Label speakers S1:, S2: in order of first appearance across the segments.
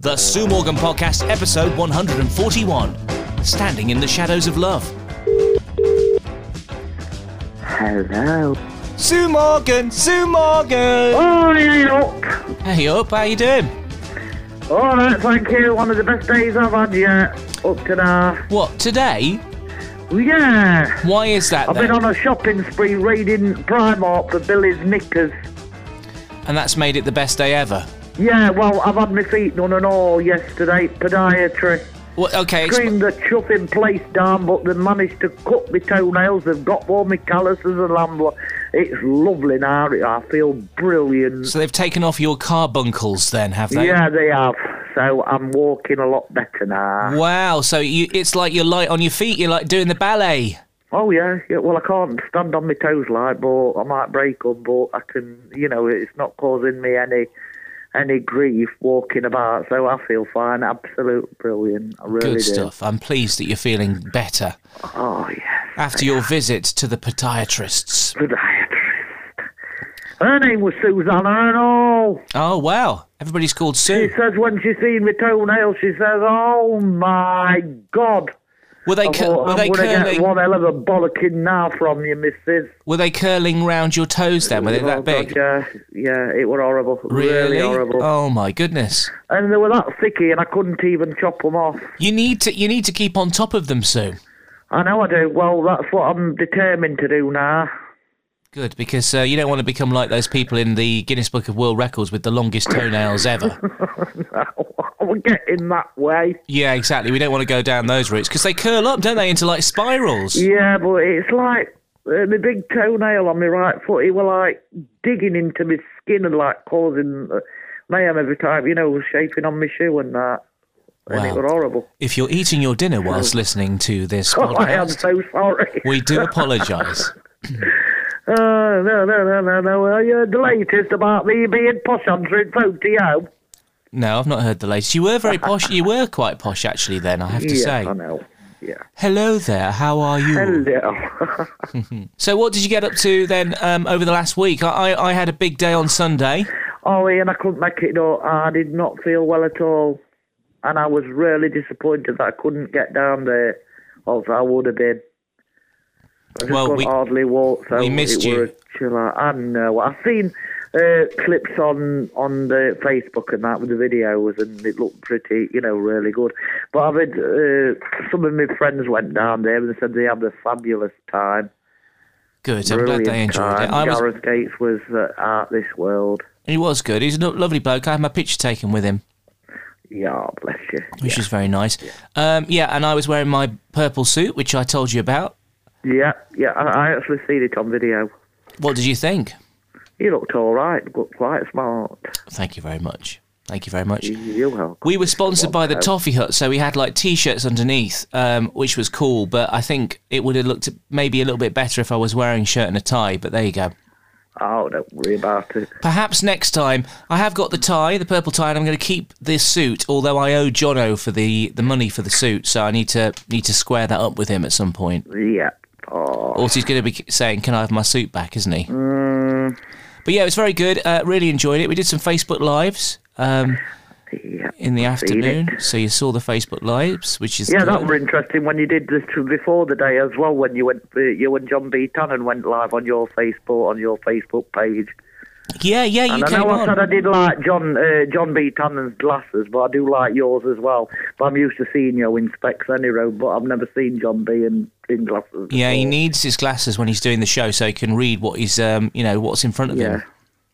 S1: The Sue Morgan Podcast, episode 141 Standing in the Shadows of Love.
S2: Hello.
S1: Sue Morgan, Sue Morgan!
S2: Oh, yeah,
S1: Hey up, how you doing?
S2: Oh, no, thank you. One of the best days I've had yet. Up to now.
S1: What, today?
S2: Yeah.
S1: Why is that
S2: I've
S1: then?
S2: been on a shopping spree raiding Primark for Billy's knickers.
S1: and that's made it the best day ever.
S2: Yeah, well, I've had my feet done and all yesterday. Podiatry.
S1: Well, okay, exp-
S2: Creamed the chuffing place down, but they managed to cut my toenails. They've got all my calluses and lambler. It's lovely now. I feel brilliant.
S1: so they've taken off your carbuncles then, have they?
S2: Yeah, they have. So I'm walking a lot better now.
S1: Wow, so you, it's like you're light on your feet, you're like doing the ballet.
S2: Oh yeah, yeah. Well, I can't stand on my toes like, but I might break them. But I can, you know, it's not causing me any any grief walking about. So I feel fine. Absolute brilliant. I really
S1: Good
S2: do.
S1: stuff. I'm pleased that you're feeling better
S2: Oh yes,
S1: after your visit to the podiatrists.
S2: podiatrist. Her name was Susanna, and oh,
S1: Oh, wow. Everybody's called
S2: she
S1: Sue.
S2: says when she's seen my toenails, she says, "Oh my God."
S1: Were they,
S2: I
S1: cur-
S2: thought,
S1: were, they
S2: I'm gonna get
S1: curling,
S2: one hell of a bollocking now from you, missus.
S1: were they curling round your toes then? Were they
S2: Oh,
S1: that
S2: God,
S1: big?
S2: yeah, yeah, it were horrible.
S1: Really?
S2: horrible.
S1: Oh my goodness!
S2: and they were that sticky, and I couldn't even chop them off.
S1: You need to you need to keep on top of them, Sue.
S2: I know I do. Well, that's what I'm determined to do now.
S1: Good because uh, you don't want to become like those people in the Guinness Book of World Records with the longest toenails ever.
S2: I'm getting that way.
S1: yeah, exactly. We don't want to go down those routes because they curl up, don't they, into like spirals?
S2: Yeah, but it's like uh, my big toenail on my right foot. It were like digging into my skin and like causing uh, mayhem every time. You know, shaping on my shoe and that. And
S1: Wow.
S2: it were horrible.
S1: If you're eating your dinner whilst listening to this
S2: Oh, I am
S1: podcast,
S2: so sorry.
S1: we do apologise.
S2: Uh, no, no, no, no, no. Well, yeah, the latest about me being posh answering phone to you.
S1: No, I've not heard the latest. You were very posh. You were quite posh actually. Then I have to
S2: yeah,
S1: say.
S2: I know. Yeah.
S1: Hello there. How are you?
S2: Hello.
S1: So, what did you get up to then um, over the last week? I, I, I had a big day on Sunday.
S2: Oh, Ian, I couldn't make it up. I did not feel well at all. And I was really disappointed that I couldn't get down there, else I would have been. I just
S1: Well,
S2: couldn't
S1: we-
S2: hardly walk, so
S1: we missed
S2: it
S1: you.
S2: were a chill out. I know. I've seen uh, clips on, on the Facebook and that with the videos, and it looked pretty, you know, really good. But I've had uh, some of my friends went down there and they said they had a fabulous time.
S1: Good. I'm glad
S2: Brilliant
S1: they enjoyed
S2: time.
S1: it. I was,
S2: Gareth Gates was uh, out this world.
S1: he was good. He's a lo- lovely bloke. I had my picture taken with him,
S2: Yeah, bless you.
S1: which was very nice. Um, yeah, and I was wearing my purple suit, which I told you about.
S2: Yeah, yeah, I, I actually seen it on video.
S1: What did you think?
S2: He looked all right, looked quite smart.
S1: Thank you very much. Thank you very much.
S2: You're welcome.
S1: We were sponsored by the Toffee Hut, so we had like t-shirts underneath, um, which was cool. But I think it would have looked maybe a little bit better if I was wearing a shirt and a tie. But there you go.
S2: Oh, don't worry about it.
S1: Perhaps next time. I have got the tie, the purple tie, and I'm going to keep this suit. Although I owe Jono for the, the money for the suit, so I need to need to square that up with him at some point.
S2: Yeah. Oh,
S1: Also, he's going to be saying, "Can I have my suit back?" Isn't he?
S2: Mm.
S1: But yeah, it was very good. Uh, really enjoyed it. We did some Facebook lives um,
S2: yeah.
S1: in the
S2: it.
S1: afternoon, so you saw the Facebook lives, which is
S2: Yeah,
S1: good.
S2: that were interesting when you did this t- before the day as well. When you went, uh, you and John B. Tannen went live on your Facebook on your Facebook page.
S1: yeah, yeah, you
S2: And I
S1: came
S2: know I said
S1: on.
S2: I did like John uh, John B. Tannen's glasses, but I do like yours as well. But I'm used to seeing you in specs anyway. But I've never seen John B. in, in glasses.
S1: Yeah, he
S2: before.
S1: needs his glasses when he's doing the show, so he can read what he's um, you know what's in front of
S2: Yeah.
S1: him.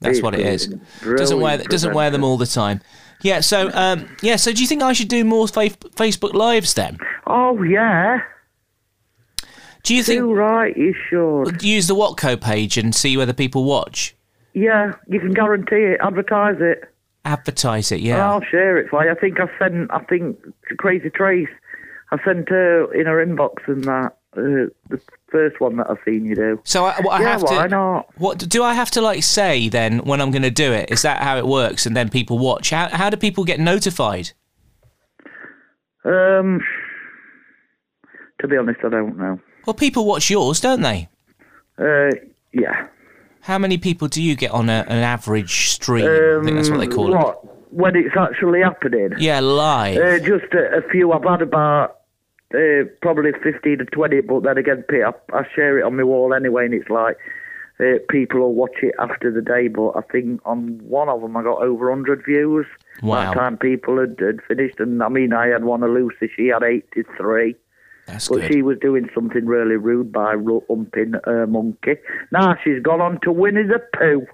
S1: That's
S2: He's
S1: what it is.
S2: brilliant.
S1: Doesn't wear
S2: Brilliant
S1: doesn't wear them all the time. Yeah. So um, yeah. So do you think I should do more fa- Facebook lives then?
S2: Oh yeah.
S1: Do you
S2: You're
S1: think
S2: right, you should.
S1: use the Watco page and see whether people watch?
S2: Yeah, you can guarantee it. Advertise it.
S1: Advertise it.
S2: And
S1: Yeah.
S2: I'll share it for you. I think I sent. I think Crazy Trace. I sent her in her inbox and that uh, the first one that I've seen you do.
S1: so I, what I
S2: yeah,
S1: have
S2: why
S1: to.
S2: not?
S1: What do I have to like say then when I'm going to do it? Is that how it works? And then people watch. How how do people get notified?
S2: Um, to be honest, I don't know.
S1: Well, people watch yours, don't they?
S2: Uh, yeah.
S1: How many people do you get on a, an average stream? I think that's what they call it.
S2: Um, What? when it's actually happening.
S1: Yeah, live.
S2: Uh, just a, a few. I've had about uh, probably 15 to 20, but then again, Pete, I, I share it on my wall anyway, and it's like uh, people will watch it after the day. But I think on one of them, I got over 100 views.
S1: Wow.
S2: By the time people had, had finished, and I mean, I had one of Lucy, she had 83.
S1: That's
S2: But
S1: good.
S2: she was doing something really rude by ru- humping her monkey. Now she's gone on to Winnie the Pooh.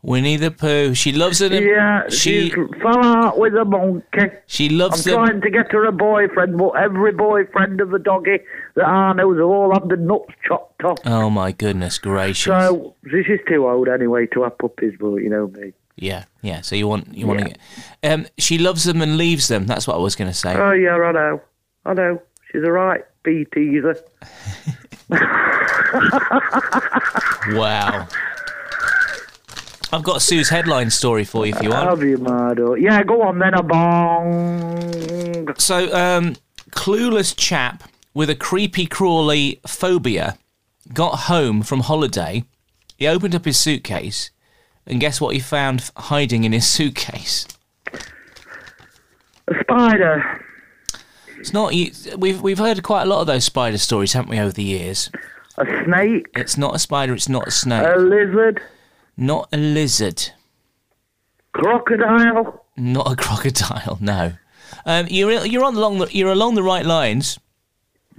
S1: Winnie the Pooh. She loves it.
S2: Yeah,
S1: Um, she
S2: she's fell out with a monkey.
S1: she
S2: I'm
S1: loves them.
S2: trying to get her a boyfriend, but every boyfriend of the doggy that I know have all had the nuts chopped off.
S1: Oh my goodness gracious!
S2: So this is too old anyway to have puppies, but you know me.
S1: yeah, yeah. So you want you want to get? Um, she loves them and leaves them. That's what I was going to say.
S2: Oh yeah, I know, I know. She's a right bee teaser.
S1: Wow. I've got Sue's headline story for you if you want.
S2: Have you, my dog? Yeah, go on then, a bong.
S1: So, um, clueless chap with a creepy crawly phobia got home from holiday. He opened up his suitcase, and guess what he found f- hiding in his suitcase?
S2: A spider.
S1: It's not. you- We've we've heard quite a lot of those spider stories, haven't we, over the years?
S2: A snake.
S1: It's not a spider. It's not a snake.
S2: A lizard.
S1: not a lizard.
S2: Crocodile.
S1: Not a crocodile. No. Um, you're you're on along the, you're along the right lines.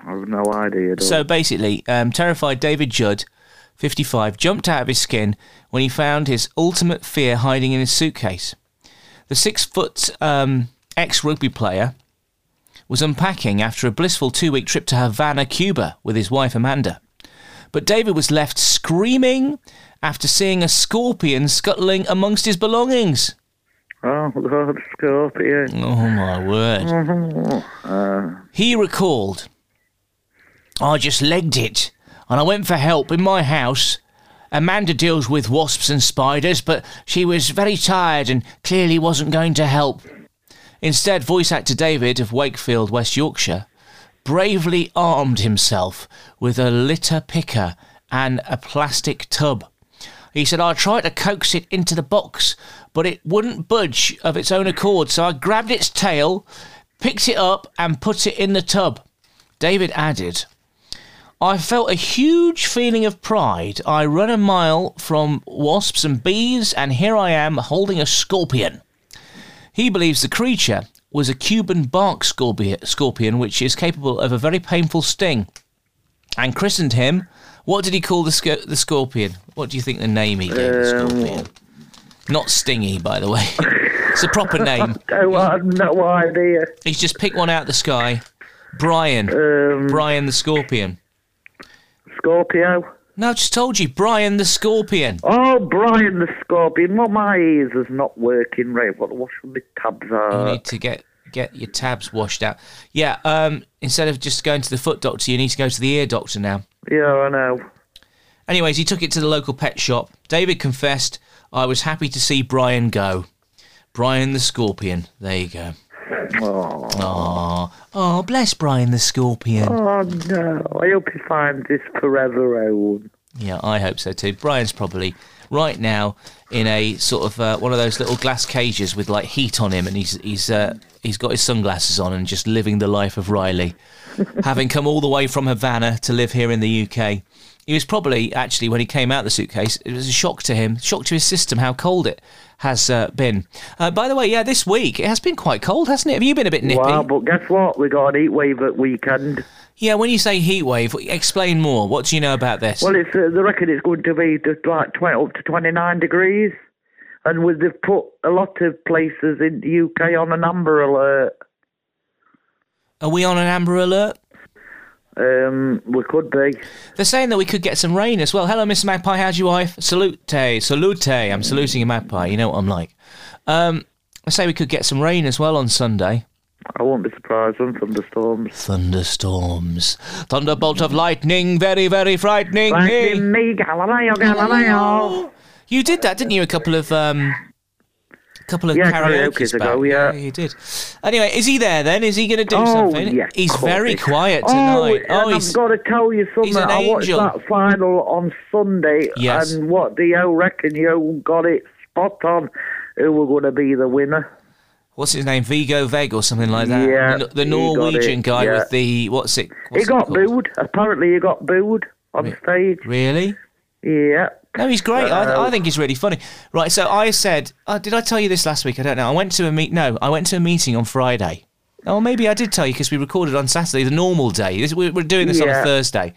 S2: I've no idea. dog.
S1: So basically, um, terrified David Judd, 55, jumped out of his skin when he found his ultimate fear hiding in his suitcase. The six foot um, ex rugby player was unpacking after a blissful two week trip to Havana, Cuba, with his wife Amanda. But David was left screaming after seeing a scorpion scuttling amongst his belongings.
S2: Oh God, scorpion.
S1: Oh my word. He recalled, I just legged it and I went for help in my house. Amanda deals with wasps and spiders, but she was very tired and clearly wasn't going to help. Instead, voice actor David of Wakefield, West Yorkshire, bravely armed himself with a litter picker and a plastic tub. He said, I tried to coax it into the box, but it wouldn't budge of its own accord, so I grabbed its tail, picked it up, and put it in the tub. David added, I felt a huge feeling of pride. I run a mile from wasps and bees, and here I am holding a scorpion. He believes the creature was a Cuban bark scorpi- scorpion, which is capable of a very painful sting, and christened him. What did he call the, sco- the scorpion? What do you think the name he gave the scorpion? Not Stingy, by the way. it's a proper name.
S2: Oh, I've no idea.
S1: He's just picked one out of the sky. Brian.
S2: Um,
S1: Brian the scorpion.
S2: Scorpio.
S1: No, I just told you, Brian the scorpion.
S2: Oh, Brian the Scorpion. Well, my ears is not working right. What, what should the tabs
S1: you
S2: are?
S1: need to get get your tabs washed out. Yeah, um, instead of just going to the foot doctor, you need to go to the ear doctor now.
S2: Yeah, I know.
S1: Anyways, he took it to the local pet shop. David confessed, I was happy to see Brian go. Brian the scorpion. There you go. Oh, oh, bless Brian the scorpion.
S2: Oh, no. I hope he finds his forever own.
S1: Yeah, I hope so too. Brian's probably right now in a sort of uh, one of those little glass cages with like heat on him, and he's he's uh, he's got his sunglasses on and just living the life of Riley, having come all the way from Havana to live here in the UK. He was probably actually when he came out of the suitcase, it was a shock to him, shock to his system how cold it has uh, been. Uh, by the way, yeah, this week it has been quite cold, hasn't it? Have you been a bit nippy?
S2: Wow, but guess what? We got an heat wave at weekend.
S1: Yeah, when you say heat wave, explain more. What do you know about this?
S2: Well, it's uh, they reckon it's going to be just like 12 up to 29 degrees. And with they've put a lot of places in the UK on an amber alert.
S1: Are we on an amber alert?
S2: Um, we could be.
S1: They're saying that we could get some rain as well. Hello, Mr. Magpie. How's your wife? Salute, salute. I'm saluting a magpie. You know what I'm like. Um, I say we could get some rain as well on Sunday.
S2: I won't be surprised on thunderstorms.
S1: Thunderstorms, thunderbolt of lightning, very, very frightening. Oh.
S2: Like me, Galileo, Galileo.
S1: You did that, didn't you? A couple of um, couple of
S2: Yeah,
S1: karaoke's
S2: karaokes ago,
S1: back.
S2: yeah. Oh,
S1: you did. Anyway, is he there then? Is he going to do something?
S2: yeah, of
S1: he's
S2: course
S1: very
S2: he-
S1: quiet
S2: Oh,
S1: tonight.
S2: and I've got to tell you something.
S1: he's an
S2: I
S1: angel.
S2: watched that final on Sunday,
S1: Yes.
S2: and what do you reckon? You got it spot on. Who were going to be the winner?
S1: what's his name? Vigo Veg or something like that.
S2: Yeah,
S1: the, the
S2: he got
S1: Norwegian
S2: it,
S1: guy
S2: yeah.
S1: with the what's it?
S2: He
S1: What's it
S2: got
S1: called?
S2: booed. Apparently, he got booed on stage.
S1: Really?
S2: Yeah.
S1: No, he's great.
S2: So-
S1: I, I think he's really funny. Right, so I said, uh, did I tell you this last week? I don't know. I went to a meet. No, I went to a meeting on Friday. Oh, maybe I did tell you because we recorded on Saturday, the normal day. This, we, we're doing this on a
S2: Yeah.
S1: Thursday,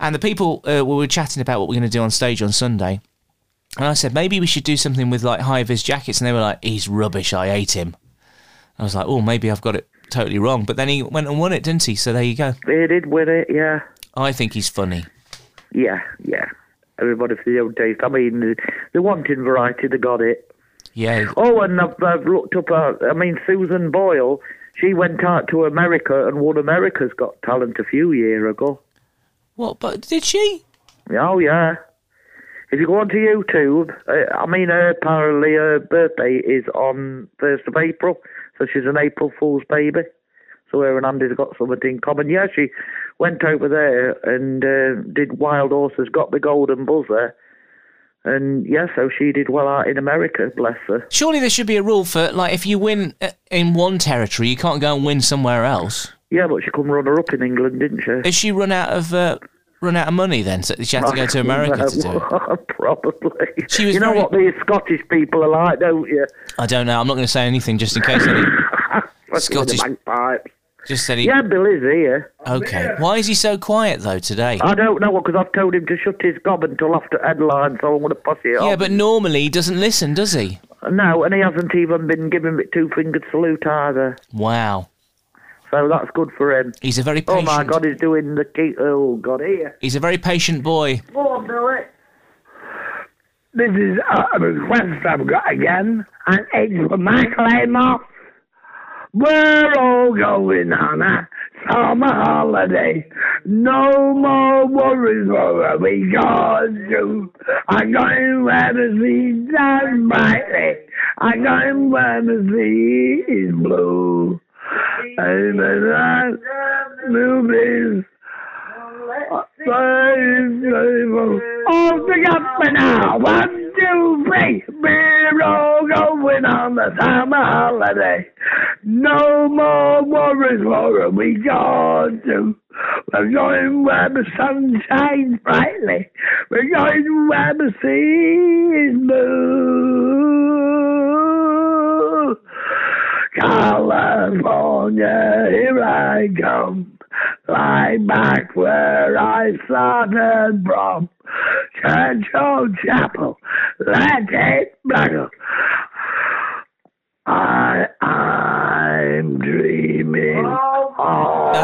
S1: and the people uh, we were chatting about what we're going to do on stage on Sunday, and I said maybe we should do something with like high vis jackets, and they were like, "He's rubbish. I hate him." I was like, "Oh, maybe I've got it totally wrong." But then he went and won it, didn't he? So there you go.
S2: He did win it, yeah.
S1: I think he's funny.
S2: Yeah, yeah. Everybody for their own taste. I mean, they wanted variety, they got it.
S1: Yeah,
S2: Oh, and I've, I've looked up, uh, I mean, Susan Boyle, she went out to America and won America's Got Talent a few year ago.
S1: What? But did she?
S2: Oh, yeah. If you go onto YouTube, uh, I mean, her, apparently her birthday is on 1st of April, so she's an April Fool's baby. So her and Andy's got something in common. Yeah, she went over there and uh, did Wild Horses, got the golden buzzer. And yeah, so she did well out in America, bless her.
S1: Surely there should be a rule for like if you win uh, in one territory, you can't go and win somewhere else.
S2: Yeah, but she come runner up in England, didn't she?
S1: Has she run out of uh, run out of money then? So she had to go to America to do it.
S2: Probably.
S1: She was
S2: you know
S1: very-
S2: what these Scottish people are like, don't you?
S1: I don't know. I'm not going to say anything just in case. Any,
S2: Especially with the
S1: Scottish-
S2: Bagpipes.
S1: just any.
S2: Yeah, Billy's here.
S1: Okay. Why is he so quiet though today?
S2: I don't know because I've told him to shut his gob until after headline, so I'm going to posse it
S1: yeah,
S2: on.
S1: but normally he doesn't listen, does he?
S2: No, and he hasn't even been giving me two fingered salute either,
S1: Wow.
S2: so that's good for him.
S1: He's a very
S2: Oh
S1: patient.
S2: my God, he's doing the key. Oh God, here.
S1: He's a very patient boy.
S2: Come on, eh? Billy.
S3: This is Arnold West I've got again, and it's for my claim off. We're all going on a summer holiday. No more worries over we got to. I'm going where the sea shines brightly. I'm going where the sea is blue. And the movies. Off the government now. One, two, three. We're all going on the summer holiday. No more worries, Laura. We got to. We're going where the sun shines brightly. We're going where the sea is blue. California, here I come. Right back where I started from. Churchill Chapel, let it buckle. I, I'm dreaming.
S2: Oh
S1: No,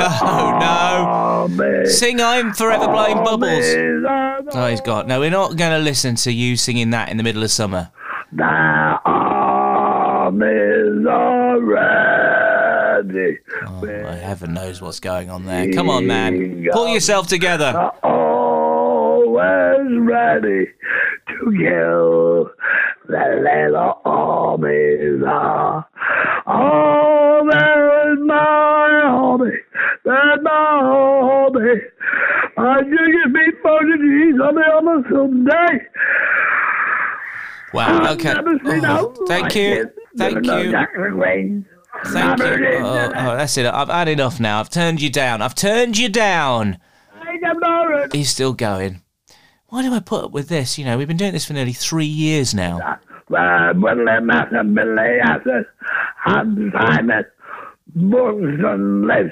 S1: no, no. Sing "I'm Forever Blowing Bubbles." Oh, he's got. No, we're not going to listen to you singing that in the middle of summer.
S3: The arm is already.
S1: Oh, my heaven knows what's going on there. Come on, man. Pull yourself together.
S3: always ready to kill. The little armies are. Oh, there is my hobby. There's my hobby. I do get me Portuguese on the other Sunday.
S1: Wow. Okay.
S3: Never seen
S1: Oh,
S3: out
S1: thank
S3: like
S1: you.
S3: it.
S1: Thank
S3: Never know
S1: you.
S3: Jackson Wayne.
S1: Thank
S3: Never
S1: you.
S3: did.
S1: Oh, oh, that's it. I've had enough now. I've turned you down. I've turned you down.
S3: I don't know.
S1: He's still going. Why do I put up with this? You know, we've been doing this for nearly three years now.
S3: uh, Woodley Master Billy Asset and Simon Morrison lives.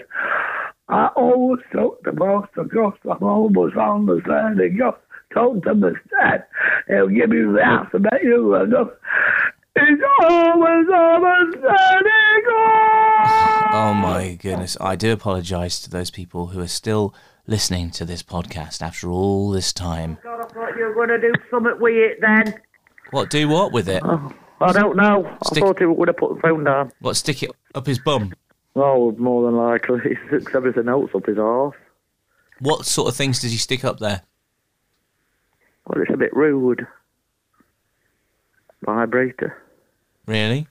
S3: I always took the boss across the home was on the side of God. Told them the stat. He'll give you the alphabet you will know. It's always on the side of God.
S1: Oh my goodness. I do apologise to those people who are still listening to this podcast after all this time.
S2: God, I thought you were going to do something with it then.
S1: What? Do what with it?
S3: Oh.
S2: I don't know.
S1: Stick-
S2: I thought he would have put the phone down.
S1: What? Stick it up his bum?
S2: Oh, more than likely. He sticks everything else up his arse.
S1: What sort of things does he stick up there?
S2: Well, it's a bit rude. Vibrator.
S1: Really?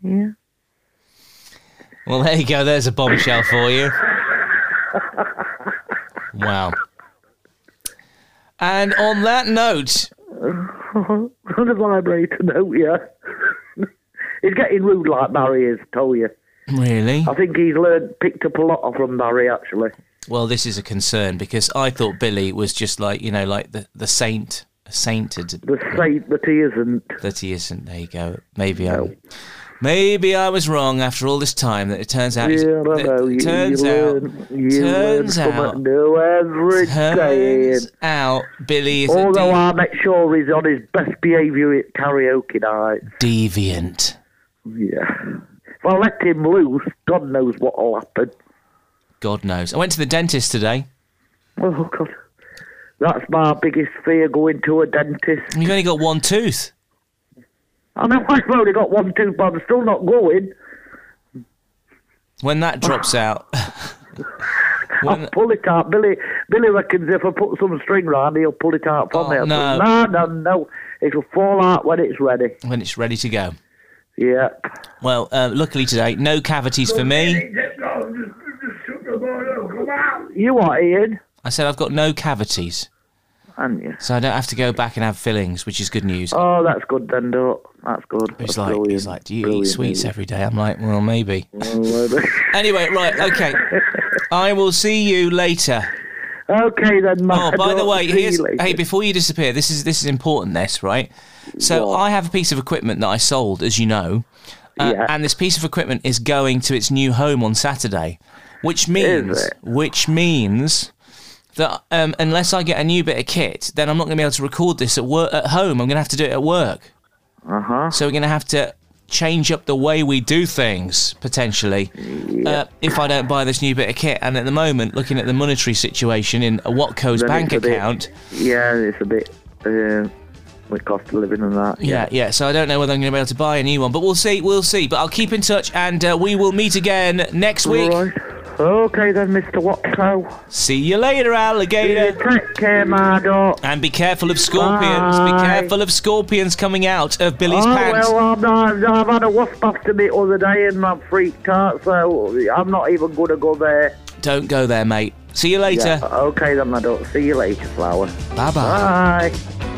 S2: Yeah.
S1: Well, there you go. There's a bombshell for you. Wow. And on that note,
S2: On a vibrator, don't you? He's getting rude like Barry is, tell you.
S1: Really?
S2: I think he's learned, picked up a lot from Barry, actually.
S1: Well, this is a concern because I thought Billy was just like you know, like the the saint, sainted
S2: The saint that he isn't.
S1: that he isn't. There you go. Maybe I, maybe I was wrong after all this time. That it turns out, he's-
S2: Yeah, I don't
S1: that
S2: know. You,
S1: turns
S2: you
S1: out,
S2: learn, you
S1: turns
S2: learn
S1: out,
S2: something new every day.
S1: turns out, Billy is
S2: Although
S1: a
S2: I make sure he's on his best behaviour at karaoke night.
S1: de- deviant.
S2: Yeah. If I let him loose, God knows what'll happen.
S1: God knows. I went to the dentist today.
S2: Oh God, that's my biggest fear: going to a dentist.
S1: You've only got one tooth.
S2: I know I've only got one tooth, but I'm still not going.
S1: When that drops out, when, Uh.
S2: I'll pull it out. Billy, Billy reckons if I put some string round, he'll pull it out for
S1: Oh,
S2: me. I said,
S1: no.
S2: no, no, no. It'll fall out when it's ready.
S1: when it's ready to go.
S2: Yeah.
S1: Well, uh, luckily today, no cavities for me.
S2: You are Ian,
S1: I said I've got no cavities,
S2: aren't you?
S1: so I don't have to go back and have fillings, which is good news.
S2: Oh, that's good then, Doc. That's good.
S1: He's
S2: That's
S1: like,
S2: brilliant.
S1: he's like, do you
S2: Brilliant,
S1: eat sweets
S2: Ian.
S1: every day? I'm like, well, maybe.
S2: Oh, well,
S1: Anyway, right, okay. I will see you later.
S2: okay then,
S1: Oh,
S2: Matt.
S1: by the
S2: Doc,
S1: way,
S2: see
S1: here's,
S2: you later.
S1: hey, before you disappear, this is this is important. This right. So
S2: What?
S1: I have a piece of equipment that I sold, as you know, uh,
S2: Yeah.
S1: and this piece of equipment is going to its new home on Saturday, which means
S2: it?
S1: which means that um, unless I get a new bit of kit, then I'm not going to be able to record this at work at home. I'm going to have to do it at work. Uh huh. So we're going to have to change up the way we do things potentially uh, if I don't buy this new bit of kit. And at the moment, looking at the monetary situation in Watco's
S2: Then
S1: bank
S2: it's a bit-
S1: account,
S2: Yeah, it's a bit. Uh, with cost of living and that.
S1: yeah, yeah. So I don't know whether I'm going to be able to buy a new one, but we'll see. We'll see. But I'll keep in touch, and uh, we will meet again next week.
S2: Right. Okay then, Mr. Watso.
S1: See you later, alligator.
S2: Take care, my dog.
S1: And be careful of scorpions. Be
S2: Bye.
S1: careful of scorpions coming out of Billy's
S2: oh,
S1: pants.
S2: well, I'm not, I've had a wasp after me the other day and I'm freaked out, so I'm not even going to go there.
S1: Don't go there, mate. See you later.
S2: Yeah, okay then, my dog. See you later, Flower.
S1: Bye bye.
S2: Bye.